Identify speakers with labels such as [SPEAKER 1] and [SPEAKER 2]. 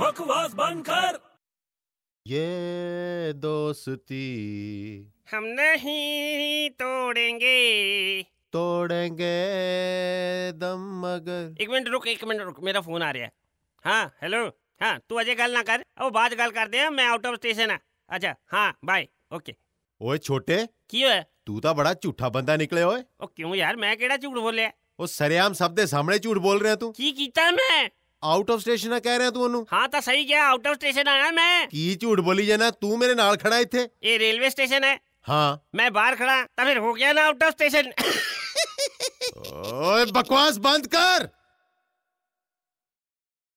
[SPEAKER 1] बकवास बंद कर
[SPEAKER 2] ये दोस्ती
[SPEAKER 3] हम नहीं तोड़ेंगे एक
[SPEAKER 2] तोड़ेंगे दम मगर
[SPEAKER 3] मिनट रुक एक मिनट रुक मेरा फोन आ रहा है हाँ हेलो हाँ तू अजय गल ना कर अब बाद गल करते हैं मैं आउट ऑफ स्टेशन है अच्छा हाँ बाय ओके
[SPEAKER 2] ओए छोटे
[SPEAKER 3] की है
[SPEAKER 2] तू तो बड़ा झूठा बंदा निकले ओए
[SPEAKER 3] ओ क्यों यार मैं केड़ा झूठ बोलिया
[SPEAKER 2] ਉਹ ਸਰੇਆਮ ਸਭ ਦੇ ਸਾਹਮਣੇ ਝੂਠ ਬੋਲ ਰਿਹਾ ਤੂੰ
[SPEAKER 3] की कीता है मैं
[SPEAKER 2] ਆਊਟ ਆਫ ਸਟੇਸ਼ਨ ਆ ਕਹਿ ਰਿਹਾ ਤੂੰ ਉਹਨੂੰ
[SPEAKER 3] हाँ तो सही क्या आउट ऑफ स्टेशन आया मैं
[SPEAKER 2] ਕੀ ਝੂਠ ਬੋਲੀ ਜਾਣਾ ਤੂੰ ਮੇਰੇ ਨਾਲ ਖੜਾ ਇੱਥੇ
[SPEAKER 3] ये रेलवे स्टेशन है
[SPEAKER 2] ਹਾਂ
[SPEAKER 3] मैं बाहर खड़ा तो फिर हो गया ना आउट ऑफ स्टेशन
[SPEAKER 2] ਓਏ ਬਕਵਾਸ ਬੰਦ ਕਰ